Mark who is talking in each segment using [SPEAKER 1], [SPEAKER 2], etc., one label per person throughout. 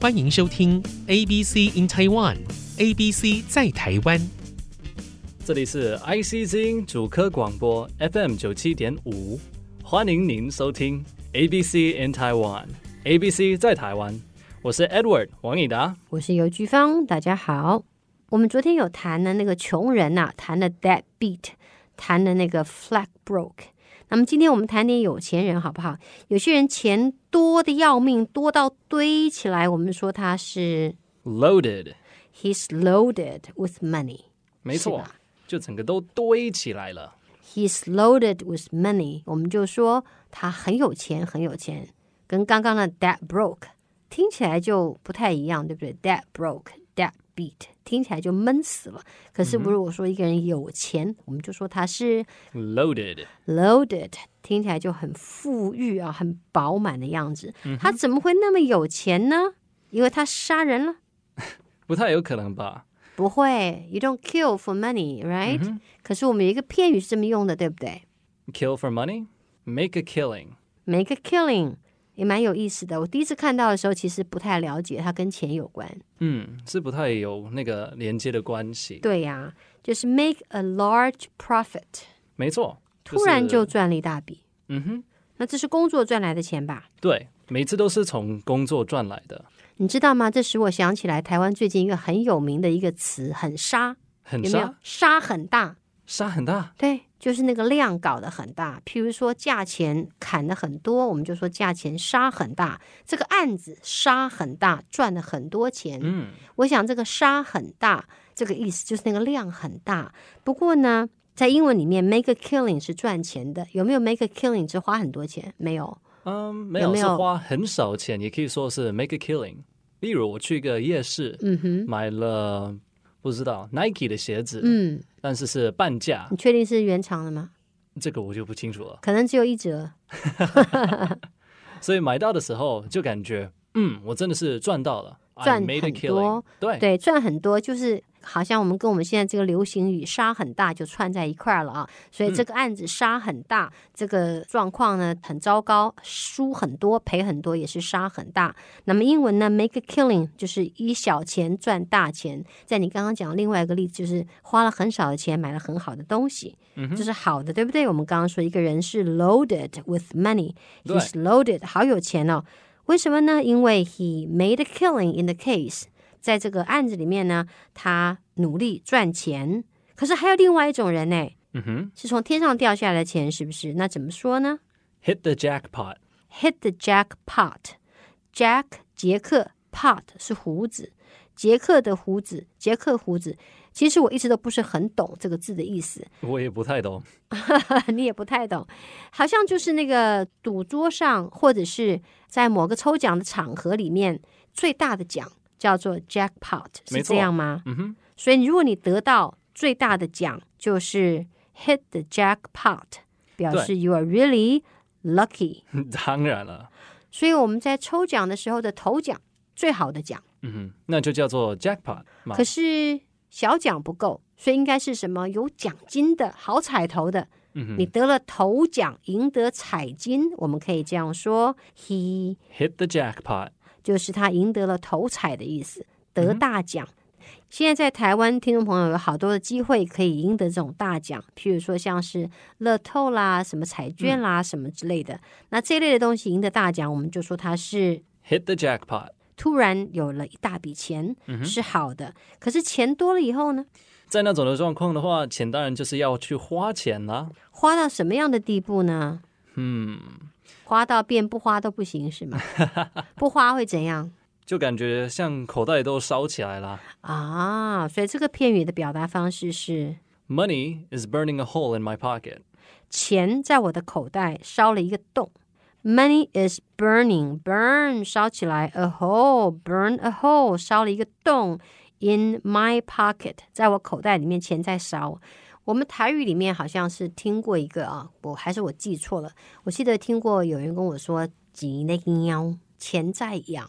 [SPEAKER 1] 欢迎收听 ABC in Taiwan，ABC 在台湾。
[SPEAKER 2] 这里是 IC 之音主科广播 FM 九七点五，欢迎您收听 ABC in Taiwan，ABC 在台湾，我是 Edward 王以达。
[SPEAKER 3] 我是尤菊芳，大家好。我们昨天有谈了那个穷人呐、谈了 dead beat，谈了那个 flag broke。那么今天我们谈点有钱人好不好？有些人钱多的要命，多到堆起来，我们说他是
[SPEAKER 2] Loaded，
[SPEAKER 3] he's loaded with money。
[SPEAKER 2] 没错
[SPEAKER 3] 是吧，
[SPEAKER 2] 就整个都堆起来了。
[SPEAKER 3] He's loaded with money，我们就说他很有钱，很有钱，跟刚刚的 dead broke 听起来就不太一样，对不对？dead broke，dead beat 听起来就闷死了。可是如果说一个人有钱，我们就说他是
[SPEAKER 2] Loaded，
[SPEAKER 3] loaded，听起来就很富裕啊，很饱满的样子。他怎么会那么有钱呢？因为他杀人了。
[SPEAKER 2] 不太有可能吧？
[SPEAKER 3] 不会，you don't kill for money，right？、可是我们有一个片语是这么用的，对不对？
[SPEAKER 2] Kill for money, make a killing。
[SPEAKER 3] make a killing 也蛮有意思的。我第一次看到的时候，其实不太了解它跟钱有关。
[SPEAKER 2] 嗯，是不太有那个连接的关系。
[SPEAKER 3] 对呀、就是 make a large profit，
[SPEAKER 2] 没错，是
[SPEAKER 3] 突然就赚了一大笔。
[SPEAKER 2] 嗯哼，
[SPEAKER 3] 那这是工作赚来的钱吧？
[SPEAKER 2] 对，每次都是从工作赚来的，
[SPEAKER 3] 你知道吗？这使我想起来台湾最近一个很有名的一个词，很杀，
[SPEAKER 2] 很
[SPEAKER 3] 有没有
[SPEAKER 2] 杀？
[SPEAKER 3] 杀很大，
[SPEAKER 2] 杀很大。
[SPEAKER 3] 对，就是那个量搞得很大。譬如说价钱砍的很多，我们就说价钱杀很大。这个案子杀很大，赚了很多钱。
[SPEAKER 2] 嗯，
[SPEAKER 3] 我想这个沙很大，这个意思就是那个量很大。不过呢，在英文里面，make a killing 是赚钱的，有没有 make a killing 只花很多钱？没有。
[SPEAKER 2] 嗯，没
[SPEAKER 3] 有
[SPEAKER 2] 有
[SPEAKER 3] 没
[SPEAKER 2] 是
[SPEAKER 3] 有
[SPEAKER 2] 花很少钱，也可以说是 make a killing。例如，我去一个夜市，
[SPEAKER 3] 嗯哼，
[SPEAKER 2] 买了不知道 Nike 的鞋子，
[SPEAKER 3] 嗯，
[SPEAKER 2] 但是是半价，
[SPEAKER 3] 你确定是原厂的吗？
[SPEAKER 2] 这个我就不清楚了。
[SPEAKER 3] 可能只有一折。
[SPEAKER 2] 所以买到的时候就感觉，嗯，我真的是赚到了，I
[SPEAKER 3] 赚
[SPEAKER 2] made a
[SPEAKER 3] 很
[SPEAKER 2] killing
[SPEAKER 3] 多。
[SPEAKER 2] 对，
[SPEAKER 3] 对，赚很多就是好像我们跟我们现在这个流行语“杀很大”就串在一块儿了啊。所以这个案子杀很大，这个状况呢很糟糕，输很多，赔很多，也是杀很大。那么英文呢，make a killing 就是以小钱赚大钱。在你刚刚讲的另外一个例子，就是花了很少的钱买了很好的东西，这、是好的，对不对？我们刚刚说一个人是 loaded with money，he's loaded，好有钱哦。为什么呢？因为 he made a killing in the case，在这个案子里面呢，他努力赚钱。可是还有另外一种人呢，
[SPEAKER 2] 嗯哼
[SPEAKER 3] 是从天上掉下来的钱，是不是？那怎么说呢
[SPEAKER 2] ，hit the jackpot，
[SPEAKER 3] ？Hit the jackpot。Jack 杰克，pot 是胡子，杰克的胡子，杰克胡子。其实我一直都不是很懂这个字的意思，
[SPEAKER 2] 我也不太懂。
[SPEAKER 3] 你也不太懂，好像就是那个赌桌上或者是在某个抽奖的场合里面最大的奖叫做 jackpot，
[SPEAKER 2] 没
[SPEAKER 3] 是
[SPEAKER 2] 错
[SPEAKER 3] 这样吗？
[SPEAKER 2] 嗯哼，
[SPEAKER 3] 所以如果你得到最大的奖，就是 hit the jackpot，表示 you are really lucky。
[SPEAKER 2] 当然了，
[SPEAKER 3] 所以我们在抽奖的时候的头奖最好的奖，
[SPEAKER 2] 嗯哼，那就叫做 jackpot 嘛
[SPEAKER 3] 可。是小奖不够，所以应该是什么有奖金的好彩头的。
[SPEAKER 2] 嗯
[SPEAKER 3] 你
[SPEAKER 2] 哼
[SPEAKER 3] 得了头奖，赢得彩金，我们可以这样说，he
[SPEAKER 2] ，hit the jackpot，
[SPEAKER 3] 就是他赢得了头彩的意思，得大奖。现在在台湾，听众朋友有好多的机会可以赢得这种大奖，譬如说像是乐透啦、什么彩券啦、什么之类的。那这类的东西赢得大奖，我们就说它是
[SPEAKER 2] hit the jackpot。
[SPEAKER 3] 突然有了一大笔钱，是好的。可是钱多了以后呢，
[SPEAKER 2] 在那种的状况的话，钱当然就是要去花钱啦。
[SPEAKER 3] 花到什么样的地步呢？
[SPEAKER 2] 嗯，
[SPEAKER 3] 花到变不花都不行是吗？不花会怎样？
[SPEAKER 2] 就感觉像口袋都烧起来啦。
[SPEAKER 3] 啊，所以这个片语的表达方式是
[SPEAKER 2] Money is burning a hole in my pocket。
[SPEAKER 3] 钱在我的口袋烧了一个洞。Money is burning, burn 烧起来，a hole, burn a hole 烧了一个洞。In my pocket，在我口袋里面钱在烧。我们台语里面好像是听过一个啊，我还是我记错了。我记得听过有人跟我说“钱那个腰，钱在痒”，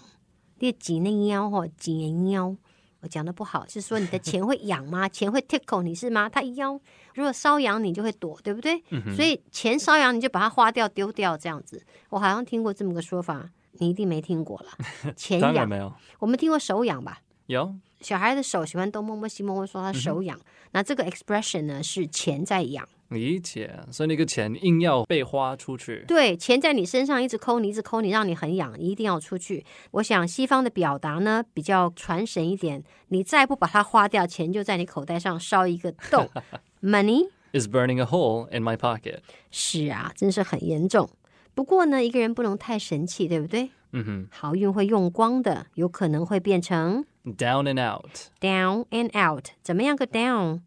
[SPEAKER 3] 你钱那个腰或钱腰，我讲的不好，是说你的钱会痒吗？钱会 tickle 你是吗？它腰如果瘙痒，你就会躲，
[SPEAKER 2] 嗯
[SPEAKER 3] 对不对？所以钱瘙痒你就把它花掉丢掉这样子。我好像听过这么个说法，你一定没听过 了。前
[SPEAKER 2] 当然
[SPEAKER 3] 仰，
[SPEAKER 2] 没有，
[SPEAKER 3] 我们听过手痒吧？
[SPEAKER 2] 有
[SPEAKER 3] 小孩的手喜欢东摸摸西摸摸，说他手痒。那这个 expression 呢是钱在痒，
[SPEAKER 2] 理解，所以那个钱硬要被花出去，
[SPEAKER 3] 对，钱在你身上一直抠你，一直抠你，让你很痒，你一定要出去。我想西方的表达呢比较传神一点，你再不把它花掉，钱就在你口袋上烧一个洞，money。
[SPEAKER 2] is burning a hole in my pocket。
[SPEAKER 3] 是啊，真是很严重。不过呢，一个人不能太神气，对不对？
[SPEAKER 2] 嗯
[SPEAKER 3] 好运会用光的，有可能会变成
[SPEAKER 2] 哼，down and out。
[SPEAKER 3] down and out。怎么样个 down？OK，、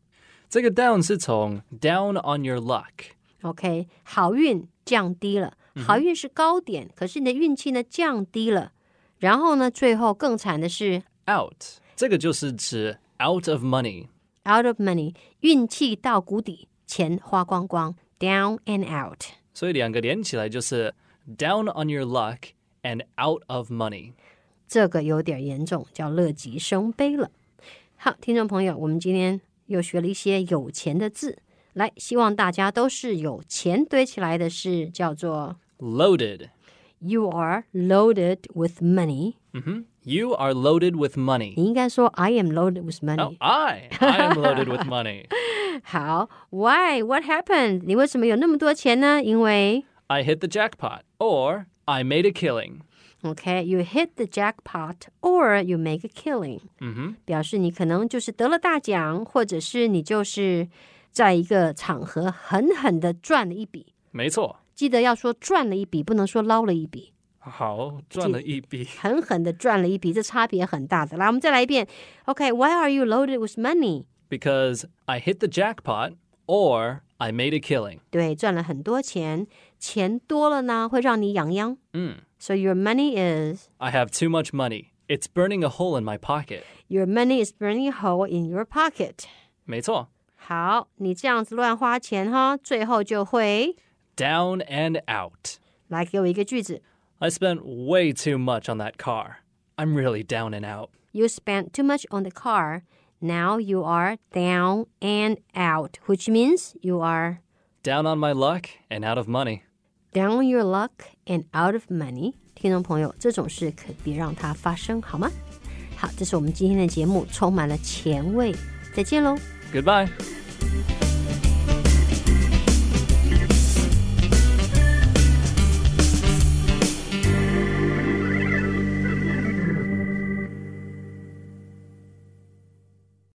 [SPEAKER 2] 这个 down 是从 down on your luck。
[SPEAKER 3] OK，好运降低了，好运是高点，可是你的运气呢降低了。然后呢，最后更惨的是
[SPEAKER 2] out，这个就是指 out of money。
[SPEAKER 3] out of money，运气到谷底，钱花光光，down and out。
[SPEAKER 2] 所以两个连起来就是 down on your luck and out of money。
[SPEAKER 3] 这个有点严重，叫乐极生悲了。好，听众朋友，我们今天又学了一些有钱的字，来，希望大家都是有钱堆起来的事，叫做
[SPEAKER 2] Loaded，
[SPEAKER 3] you are loaded with money。
[SPEAKER 2] 嗯哼，You are loaded with money。
[SPEAKER 3] 你应该说 I am loaded with
[SPEAKER 2] Oh,
[SPEAKER 3] money。
[SPEAKER 2] I, I am loaded with money.
[SPEAKER 3] 好，Why? What happened? 你为什么有那么多钱呢？因为
[SPEAKER 2] I hit the jackpot, or I made a killing.
[SPEAKER 3] OK, you hit the jackpot or you make a killing。
[SPEAKER 2] 嗯哼，
[SPEAKER 3] 表示你可能就是得了大奖，或者是你就是在一个场合狠狠的赚了一笔。
[SPEAKER 2] 没错，
[SPEAKER 3] 记得要说赚了一笔，不能说捞了一笔，
[SPEAKER 2] 好赚了一笔。
[SPEAKER 3] 狠狠的赚了一笔，这差别很大的。来，我们再来一遍。OK，Why、are you loaded with money？
[SPEAKER 2] Because I hit the jackpot, or I made a killing.
[SPEAKER 3] 对，赚了很多钱，钱多了呢，会让你痒痒。
[SPEAKER 2] 嗯
[SPEAKER 3] ，So your money is
[SPEAKER 2] I have too much money. It's burning a hole in my pocket.
[SPEAKER 3] your money is burning a hole in your pocket。
[SPEAKER 2] 没错
[SPEAKER 3] 好，你这样子乱花钱哈，最后就会
[SPEAKER 2] ，down and out.
[SPEAKER 3] 来给我一个句子。
[SPEAKER 2] I spent way too much on that car. I'm really down and out.
[SPEAKER 3] You spent too much on the car. Now you are down and out, which means you are
[SPEAKER 2] Down on my luck and out of money.
[SPEAKER 3] down your luck and out of money. 听众朋友，这种事可别让它发生，好吗？好，这是我们今天的节目，充满了前卫。再见喽。
[SPEAKER 2] Goodbye.